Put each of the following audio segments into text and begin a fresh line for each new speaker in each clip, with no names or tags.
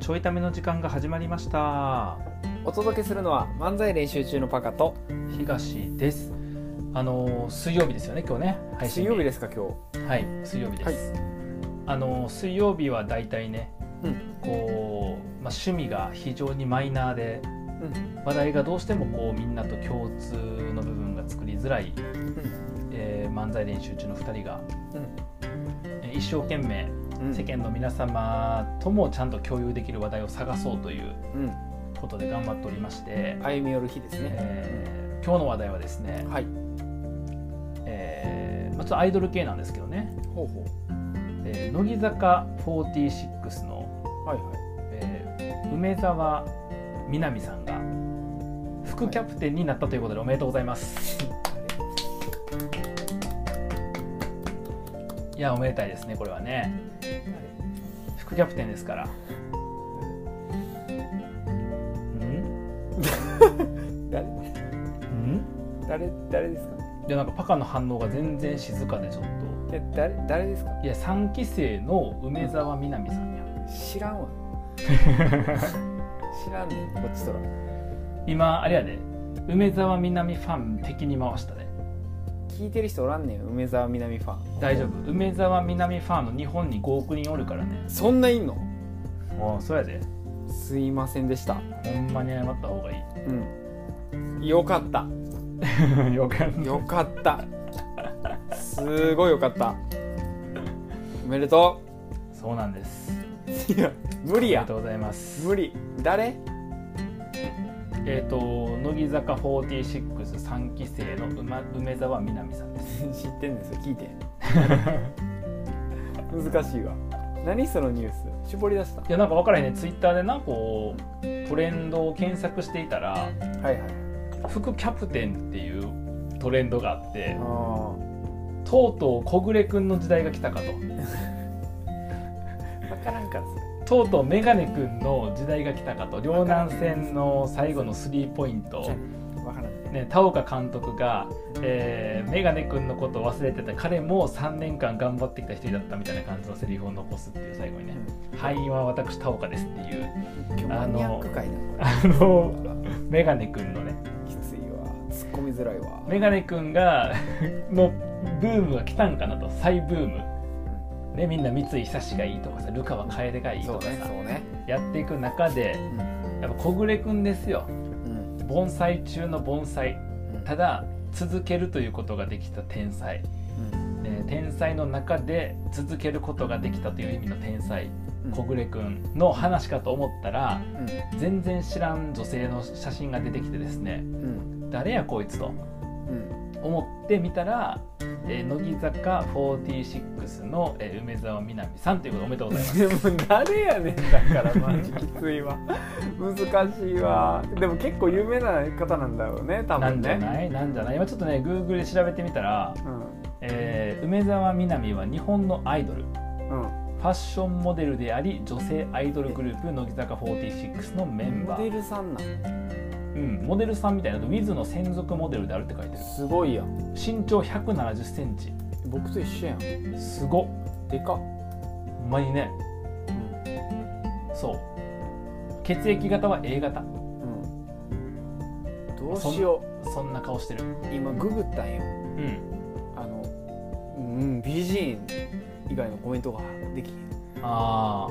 ちょいための時間が始まりました
お届けするのは漫才練習中のパカと
東ですあのー水曜日ですよね今日ね配信
水
日
曜日ですか今
はい水曜日です、あのー水曜日はだいたいね、
うん
こうまあ趣味が非常にマイナーで
日。うん
話題がどうしてもこうみんなと共通の部分が作りづらい、えー漫才練習中の2人が、えー一生懸命
うん
世間の皆様ともちゃんと共有できる話題を探そうという
うん
ことで頑張っておりまして、
歩み寄る日ですね。
えー今日の話題はですね、
はい。
えーまあ、ちょっとアイドル系なんですけどね、
ほうほ
えー乃木坂46の、
う。はいはい。
えー梅澤みなみさんが副キャプテンになったということでおめでとうございます。いやおめでたいですねこれはね副キャプテンですから。うん
誰
うん
誰誰ですか。
いやなんかパカの反応が全然静かでちょっ
いや誰誰ですか。
といや3期生の梅澤みなみさんや
知らん わ。知らんねんこっちとら。
今あれやで梅澤みなみファン敵に回したで
聞いてる人おらんねん梅沢みなみファン。
大丈夫梅澤みなみファンの日本に5億人おるからね
そんないんの？
ああそうやです
いませんでした。
ほんまに謝った方がい
うん。よかった。
い よかった
よか った。すごいよかった。おめでと
そうなんです
う。いや無理
ありが
や
と。うございます
無理。誰？
えっ、と乃木坂463期生のうま梅澤みなみさんです
知ってんですよ聞い て難しいわ何そのニュース絞り出した
いやなんか分からへんねツイッターでなこうトレンドを検索していたら
はいはい
副キャプテンっていうトレンドがあって
あ
とうとう小暮くんの時代が来たかと
あ分からんからそれ
とうとうメガネくんの時代が来たかと両南戦の最後のスリーポイント、
分からん
ね、田岡監督が、えーメガネくんのことを忘れてて彼も3年間頑張ってきた人だったみたいな感じのセリフを残すっていう最後にね「敗因は私田岡です」っていう
今日マニアック会だこれ
あのメガネくんのね
きついわ突っ込みづらいわ
メガネくんが のブームが来たんかなと再ブームねみんな三井久志がいいとかさルカは楓がいい
そ
と
う
かさ、
ねそうね
やっていく中で
うん
やっぱ小暮くんですよ
うん
盆栽中の盆栽
うん
ただ続けるということができた天才、
うん
えー天才の中で続けることができたという意味の天才
うん
小暮くんの話かと思ったら
うん
全然知らん女性の写真が出てきてですね
うん
誰やこいつと
うん
思ってみたら、えー乃木坂46の、えー梅澤みなみさんということでおめでとうございます。
でも誰やねんだからマジきついわ難しいわでも結構有名な方なんだろうね多
な
分
んじゃ
ね
ないなんじゃない今ちょっとね Google で調べてみたら、
うん
えー梅澤みなみは日本のアイドルフ
うん
ァッションモデルであり女性アイドルグループ乃木坂46のメン
モ
バ
デ
ー
ルさんなん
うん、モデルさんみたいな Wiz の専属モデルであるって書いてる
すごいやん
身長1 7 0ンチ
僕と一緒やんです
ごっ
かっ、
ほんまにねそう血液型は A 型
うんうん、どうしよ
そんな顔してる
う今ググったんよ
うん
あのうん美人以外のコメントができへん
ああ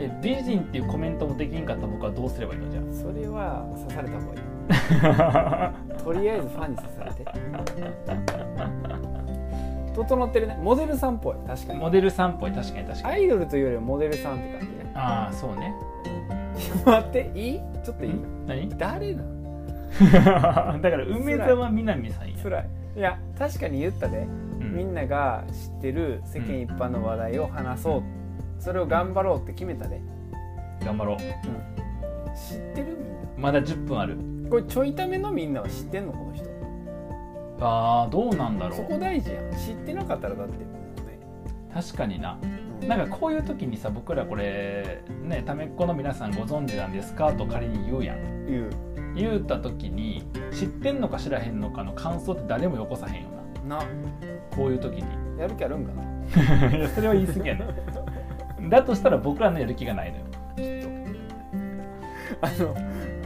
え美人っていうコメントもできんかった僕はどうすればいいのじゃ
それは刺された方がいい
あ
とりあえずファンに刺されて整ってるねモデルさんっぽい確かに
モデルさんっぽい確かに確かに
アイドルというよりはモデルさんって感じね
ああそうね
待っていいちょっといい、
何
誰なん
だから梅沢みなみさんや
つらいいや確かに言ったでみんなが知ってる世間一般の話題を話そう、それを頑張ろうって決めたで、
うん、頑張ろ
知ってるみん
うまだ10分ある
なこれちょいためのみんなは知ってんのこの人
ああどうなんだろ
そこ
う
大事やん知ってなかったらだってもうね、
確かにな
うん
なんかこういう時にさ僕らこれねためっ子の皆さんご存知なんですかと仮に言うやん
言う
言うた時に知ってんのか知らへんのかの感想って誰もよこさへんよな
な
こういう 時に
やる気あるんかない
やそれは言い過ぎやねだとしたら僕らのやる気がないのよきっ
あの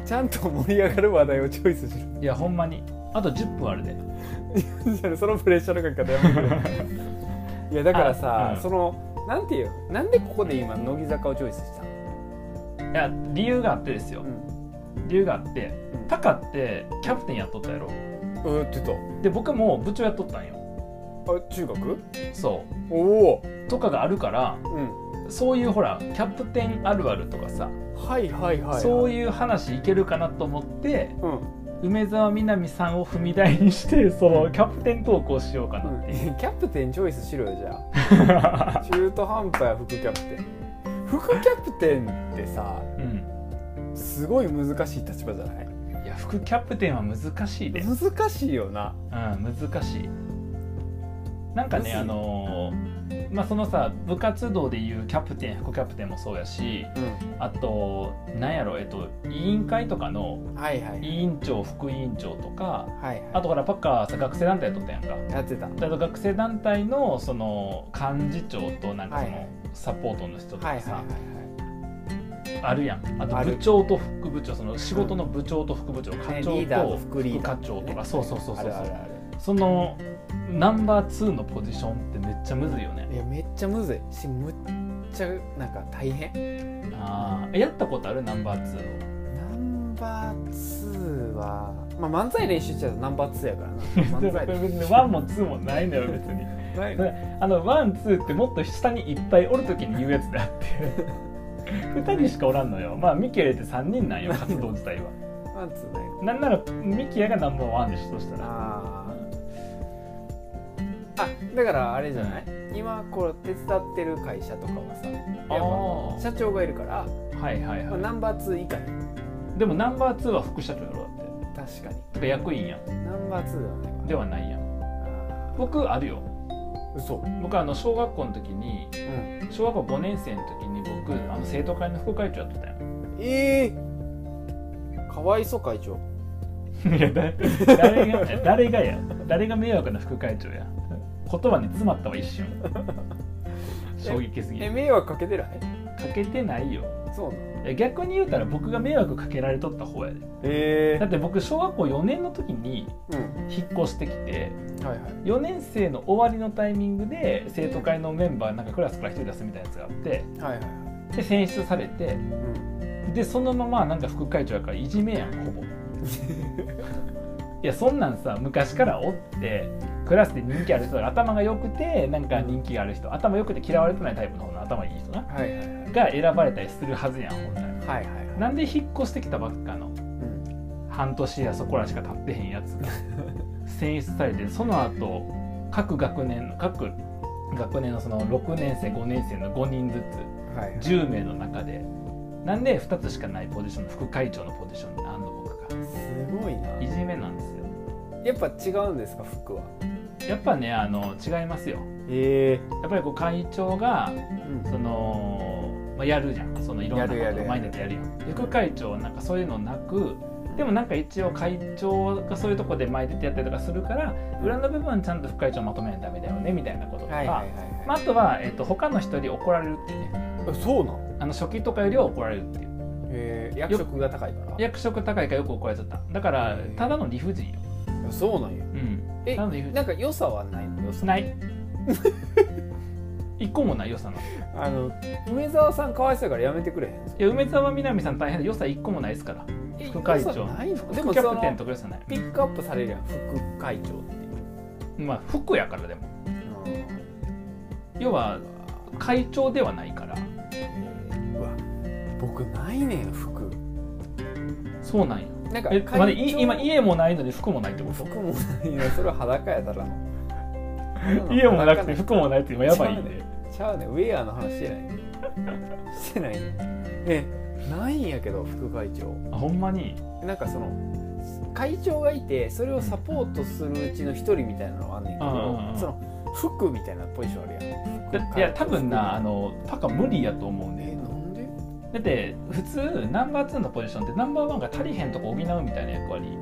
ちゃんと盛り上がる話題をチョイスしろ
いやほんまにあと10分あるで
い やそのプレッシャーのかけ方やめてくれ いやだからさ、
あうん
そのなんていうなんでここで今乃木坂をチョイスしたの、
いや理由があってですよ
うん
理由があってタカってキャプテンやっとったやろ
うん、ってた
で僕も部長やっとったんよ
あ中学
そ
おお、
うとかがあるから
うん、
そういうほらキャプテンあるあるとかさ、
はいはいはい、
そう
う、
いう話いけるかなと思って
うん
梅澤美波さんを踏み台にしてそのキャプテン投稿しようかな
う
っ
ん、
て
キ
いう、
ャプテンチョイスしろよじゃ あ中途半端や副キャプテン副キャプテンってさ
うん
すごい難しい立場じゃない
いや副キャプテンは難しいで、うん、
難しいよな
難しいなんか
むず
ね
い
あのーまあそのさ部活動でいうキャプテン副キャプテンもそうやし
う
あとなんやろえっと委員会とかの
んはいはい
委員長副委員長とか
はいはい
あとほらパッカーさ学生団体やっとったやんか
やってた
だから学生団体のその幹事長となんかそ
はいは
の
い
サポートの人と
はい
か
はいは
さ
い
あるやんあと
あ
部
る
長と副部長その仕事の部長と副部長課
ね
長
リーダー
と
と副リ
副
ーダ
課
ー
長と
ね
かそうそうそう
あ
そう
るあるあ
そのナンバー2のポジションってめっちゃむずいよね
るいやめっちゃむずいしむっちゃなんか大変
あーえやったことあるナンバー2の
ナンバー2はまあ漫才練習してたらナンバー2やから な漫才練
1も2もないんだよ別 に
習ない
そ
の
れあのワンツーってもっと下にいっぱいおるときに言うやつであって 2人しかおらんのよまあミキヤ入れて3人なんよ活動自体は
ワンツーないの
なんならミキヤがナンバーワンでしとしたら
あーあだからあれじゃない今こう手伝ってる会社とかはさやっぱ
ー
社長がいるから、
はいはい
まあ、
は
ナンバー2以下
いでもナンバーツーは副社長やろだって
確か
てか役員やん
にナンバー2だね
ではないやん僕あるよ
嘘
僕あの小学校の時に
うん
小学校5年生の時に僕あの生徒会の副会長やってたよ
ええかわいそ会長
いやだ誰が誰がや誰が迷惑な副会長や言葉に詰まったわ一瞬衝撃すぎる
え迷惑かけてない
かけてないよ
そうなの
いや逆に言うたら僕が迷惑かけられとった方やで
え
だって僕小学校4年の時に
うん
引っ越してきて
はいはい
4年生の終わりのタイミングで生徒会のメンバーなんかクラスから1人出すみたいなやつがあって
はいはい
で選出されて
うん
でそのままなんか副会長やからいじめやんほぼいやそんなんさ昔からおってクラスで人気ある人だから頭が良くてなんか人気がある人頭良くて嫌われてないタイプの方の頭いい人な
はいはい
が選ばれたりするはずやん本来
はいはいはい
なんで引っ越してきたばっかの
うん
半年やそこらしか経ってへんやつが選出されてその後各学年の各学年のその6年生5年生の5人ず
はいはい
つ10名の中でなんで2つしかないポジションの副会長のポジションにあんの僕が
すごいない
じめなんですよ
やっぱ違うんですか服は
やっぱねあの違いますよ
え
やっぱりこう会長が
えうん
その、まあ、やるじゃんそのいろんなこ
やるや
と
る
を毎日やるやん副会長はなんかそういうのなくでもなんか一応会長がそういうとこで前出てやったりとかするから裏の部分ちゃんと副会長まとめないとダメだよねみたいなこととか、
はいはいはいはい
まあ、あとは、えっと他の人に怒られるっていうね
えそうなの
あの初期とかよりは怒られるっていう
ええ役職が高いから
役職高いからよく怒られちゃっただから
へえ
ただの理不尽よ、
そうなんや
うん、
え
ただの理不
なんか良さはないの良さ
尽ない 一個もない良さのい
あの梅沢さんかわいそうやからやめてくれへ
や
ん
梅沢みなみさん大変で良さ一個もないですから
え
副会長
良さないので
副
も
キ
そ
ャプテン
の
とか良さない
ピックアップされるやん副会長っていう
まあ服やからでも要は会長ではないから
うわ僕ないねん服
そうなんや
なんか
え、まあ
会長
い今家もないのに服もないってこと
服もないねそれは裸やただの
家もなくて服も
ない
ないって今やばいんで
ちゃうねんウェアの話してないねしてないねえないんやけど副会長
あほんまに
なんかその会長がいてそれをサポートするうちの一人みたいなのはあんねんけ
うんうんう
ど
ん
その服みたいなポジションあるやん
だいや多分なあのパカ無理やと思う
え
ね
なんで
だって普通ナンバー2のポジションってナンバー1が足りへんとこ補うみたいな役割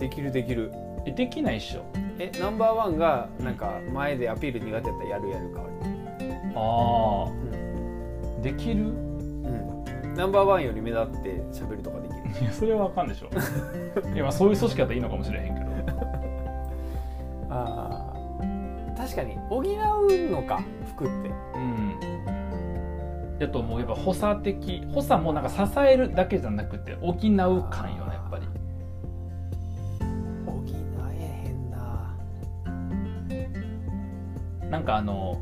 できるできる
えできないっしょ
えナンバーワンがなんか前でアピール苦手やったらやるやるかわり
ああできる
うんナンバーワンより目立って喋るとかでき
い
る
やそれはあかんで しょいやまあそういう組織だったらいいのかもしれへんけど
あー確かに補うのか服って
うんだと思うやっぱ補佐的補佐もなんか支えるだけじゃなくて補う感よねやっぱり
補えへんな
なんかあの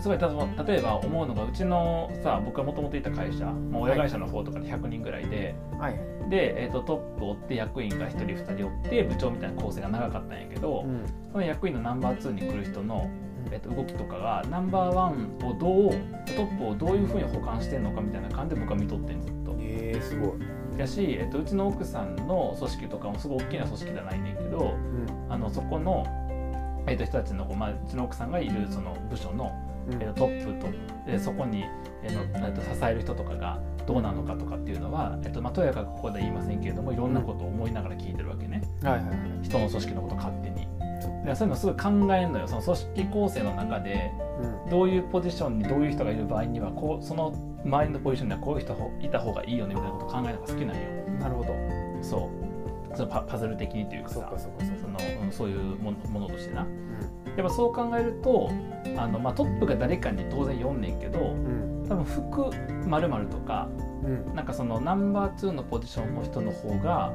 すごいたと例えば思うのがうちのさ僕がもともといた会社、まあ、親会社の方とかで100人ぐらいで、
はい、
で、えー、とトップを追って役員が1人2人追って部長みたいな構成が長かったんやけど、
うん
その役員のナンバー2に来る人の、えー、と動きとかがナンバーワンをどうトップをどういうふうに補完してんのかみたいな感じで僕は見とってんずっと。
えー、すごい、
やし、えっと、うちの奥さんの組織とかもすごい大きな組織じゃないねんけど
うん
あのそこの、えっと、人たちの、まあ、うちの奥さんがいるその部署の、
うん
えっと、トップとでそこに、えっとえっと、支える人とかがどうなのかとかっていうのは、えっとまあ、とやかくここでは言いませんけれどもいろんなことを思いながら聞いてるわけね
はいはいはい
人の組織のこと勝手に。だからそういうのすごい考えるのよその組織構成の中で
うん
どういうポジションにどういう人がいる場合にはこうその周りのポジションにはこういう人いた方がいいよねみたいなことを考えるのが好きなんよ。
なるほど
そうそのパパズル的にというか
そう
さ
かそうかそうか
その、うん、そういうものものとしてな
う
やっぱそう考えるとあの、まあ、トップが誰かに当然読んねんけど
ん
多分服まるとか
うんうん
なんかそのナンバー2のポジションの人の方が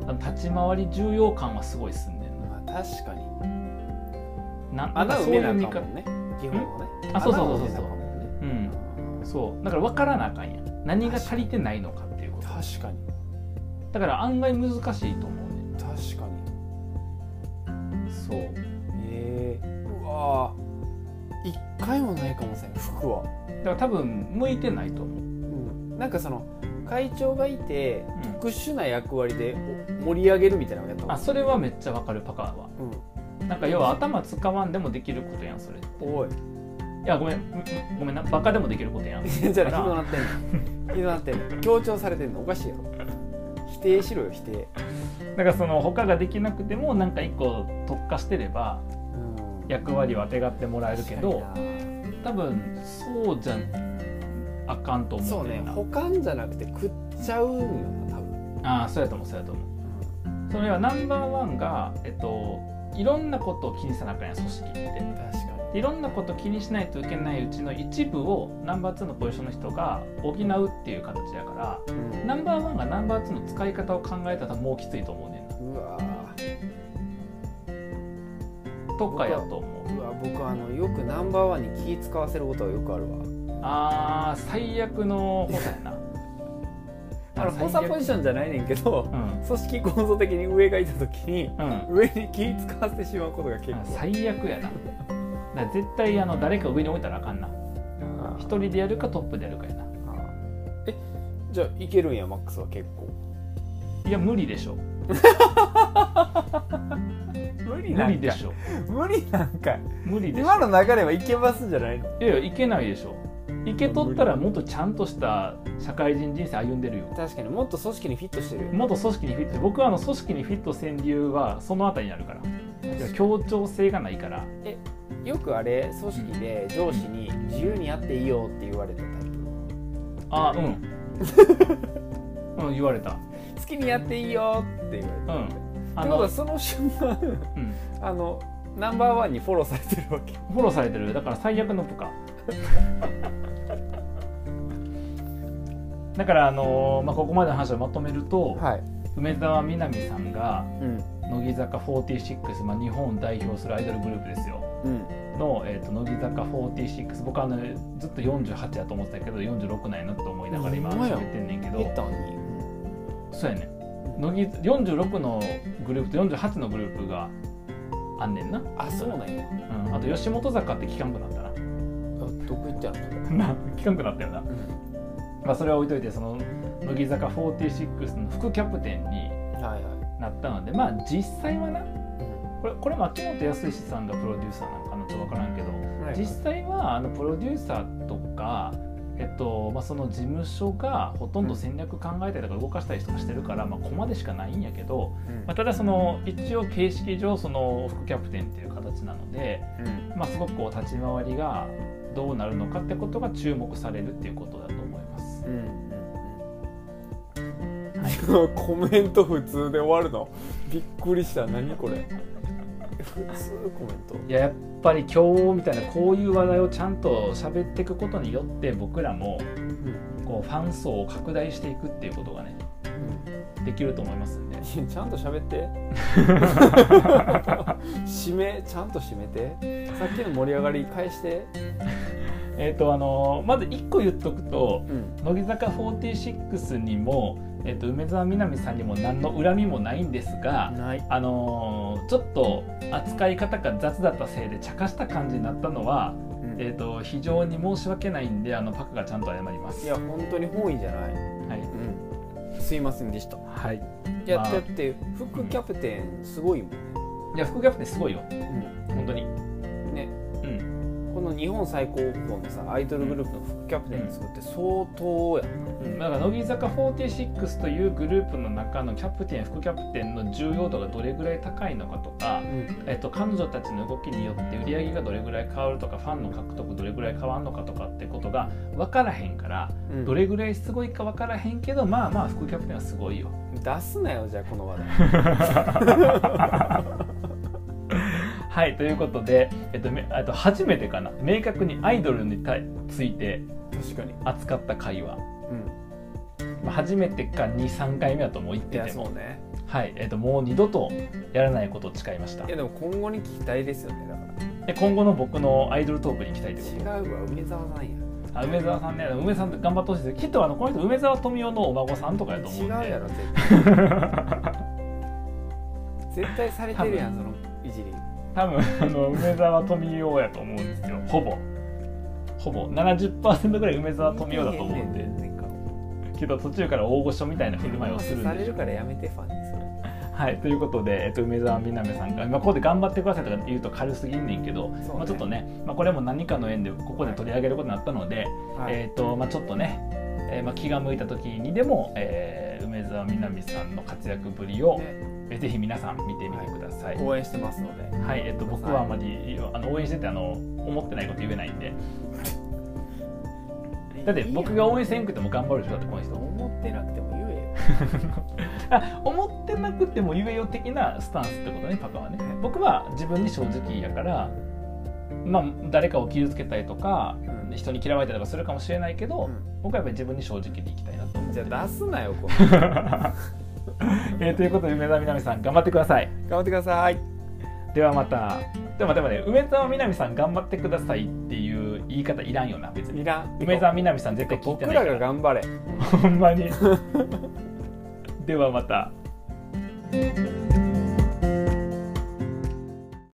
うん
あの立ち回り重要感はすごいすんねんな
まあ確かに
ななん
穴
か
埋
そうい
め
う見
なあ
方
かんもんね基本はね
あそうそうそうそう
穴埋めなあかんもんね
うんそうだから分からなあかんやん何が足りてないのかっていうこと
確かに
だから案外難しいと思うね
確かに
そう
えー、うわー一回もないかもしれない服は、
だから多分向いてないと思う、
うん、なんかその会長がいて
うん、
特殊な役割でお盛り上げるみたいなのをやった
あ
こ
それはめっちゃわかるパカは
と
なんか要は頭使わんでもできることやんそれい
うんおい
やごめんむむごめんなバカでもできることやん
じゃあひどなって んのひどなってんの強調されてんのおかしいやろ否定しろよ否定
だからその他ができなくてもなんか一個特化してれば
うん
役割をあてがってもらえるけど
確かにな
多分そうじゃあかんと思
そううね
んだよ
保管じゃなくて食っちゃうんよな多分
なああそうやと思うそうやと思うその要はナンバーワンがえっといろんなことを気にさなあかんやん組織って
確か
でいろんなこと気にしないといけないうちの一部をナンバー2のポジションの人が補うっていう形やから
に、
ナンバーワンがナンバーツーの使い方を考えたらもうきついと思うねん
うん、うわー
な。とかやと思う。
うわ僕あのよくナンバーワンに気使わせることはよくあるわ
あー最悪の補佐やな。
あの
最
補佐
悪
ポジションじゃないねんけど
うん
組織構造的に上がいた時に
うん
上に気使わせてしまうことが結構
あ最悪やな。だから絶対あの誰か上に置いたらあかんな。
あー
一人でやるかトップでやるかやな。
あーえじゃあいけるんやマックスは結構
いや無理でしょ。
無理
無理でしょ。
無理なんか
無理でしょ
今。の流れはいけますんじゃないの
いやいやいけないでしょ。いけとったらもっとちゃんとした社会人人生歩んでるよ。
確かにもっと組織にフィットしてるよ
もっと組織にフィット僕はあの組織にフィットせん理由はそのあたりになるから。いや協調性がないから。
よくあれ組織で上司に自由にやっていいよって言われたタイプ
あうん。 うん、言われた。
好きにやっていいよって
う
言われ
ん
た、。っ
あ
てことは
の、
その瞬間
うん、
あのナンバーワンにフォローされてるわけ
フォローされてる。だから最悪の部下。 だから、あのーまあ、ここまでの話をまとめると、
はい、
梅澤美波さんが
うん
乃木坂46、まあ、日本を代表するアイドルグループですよ
うん、
の、えー、と乃木坂46僕はあのずっと48やと思ってたけど46なんやなと思いながら今
ほんまや
喋ってんねんけど
言ったのに、
そうやねん乃木46のグループと48のグループがあんねんな、
あそうなんや
うん、あと吉本坂って聞かんくなった
どこ行ったの
な な聞かんくなったよな、まあ、それは置いといてその乃木坂46の副キャプテンに
はいは、
なったのでまあ実際はないこれこれも秋元康さんがプロデューサーなんかなちょっと分からんけど
はい
実際はあのプロデューサーとか、えっとまあ、その事務所がほとんど戦略考えたりとか動かしたりとかしてるから、まあ、ここまでしかないんやけど、まあ、ただその一応形式上その副キャプテンっていう形なので、
うん
まあ、すごくこう立ち回りがどうなるのかってことが注目されるっていうことだと思います。
うん今 コメント普通で終わるのびっくりした何これ普通コメント
いややっぱり今日みたいなこういう話題をちゃんと喋っていくことによって僕らもこうファン層を拡大していくっていうことがねできると思いますんで
いやちゃん と喋って締めちゃんと締めてさっきの盛り上がり返して、
えっとあのまず1個言っとくと
うん、
乃木坂46にも、えっと梅澤美波さんにも何の恨みもないんですが、
ない
あのーちょっと扱い方が雑だったせいで茶化した感じになったのは、えっと非常に申し訳ないんであのパクがちゃんと謝ります。
いや本当に本意じゃない、
はい
すいませんでした
はい、
いや
まあ
だって副キャプテンすごいもんね、
いや副キャプテンすごいよ本当に、
ね
うん
この日本最高峰のさアイドルグループの副キャプテン作って相当やん
うん、だから乃木坂46というグループの中のキャプテン副キャプテンの重要度がどれぐらい高いのかとか、えっと、彼女たちの動きによって売り上げがどれぐらい変わるとかファンの獲得どれぐらい変わるのかとかってことが分からへんから
うん
どれぐらいすごいか分からへんけどまあまあ副キャプテンはすごいよ。
出すなよじゃあこの話 題
はいということで、えっと、めえっと初めてかな明確にアイドルに対ついて
確かに、
扱った会話、
う
まあ、初めてか23回目だともう言っ
ん、い
て
や
て
そ
も
うね
はい、えっともう二度とやらないことを誓いました
いやでも今後に期待ですよねだか
で今後の僕のアイドルトークに行きたいということ
ら違うわ梅沢さんや
あ梅沢さんね梅さん頑張ってほしいですきっとあのこの人梅沢富美男のお孫さんとかやと思う
違
ん
う
で
やろ絶対絶対されてるやんそのいじり
多分あの梅沢富美男やと思うんですよほぼほぼ70%ぐらい梅沢富美男だと思うんでけど途中から大御所みたいな振る舞いをするん
さ
で
れ
しょ
るからやめてファンですよ
はい、ということで、えっと、梅沢みなみさんから、まあ、ここで頑張ってくださいとか言うと軽すぎんねんけど、
そうね
まあ、ちょっとね、まあ、これも何かの縁でここで取り上げることになったので、
はい
えっとまあ、ちょっとね、えーまあ、気が向いた時にでも、えー梅沢みなみさんの活躍ぶりを、
ね
えーぜひ皆さん見てみてください。はい
応援してますので
えっと、僕はあまりあの応援しててあの思ってないこと言えないんでだって僕が応援せんくても頑張る人だってこの人
思ってなくても言えよ
あ思ってなくても言えよ的なスタンスってことねパパはね僕は自分に正直やからまあ誰かを傷つけたりとか、
うん
人に嫌われたりとかするかもしれないけど、
うん
僕はやっぱり自分に正直でいきたいなと 思って
じ
る
ゃあ出すなよこの
えーということで梅沢みなみさん頑張ってください
頑張ってください
ではまたでもでもね梅沢みなみさん頑張ってくださいっていう言い方いらんよな別に
いらん
梅沢みなみさん絶対聞いてない
僕ら
か
が
ら
頑張れ
ほんまにではまた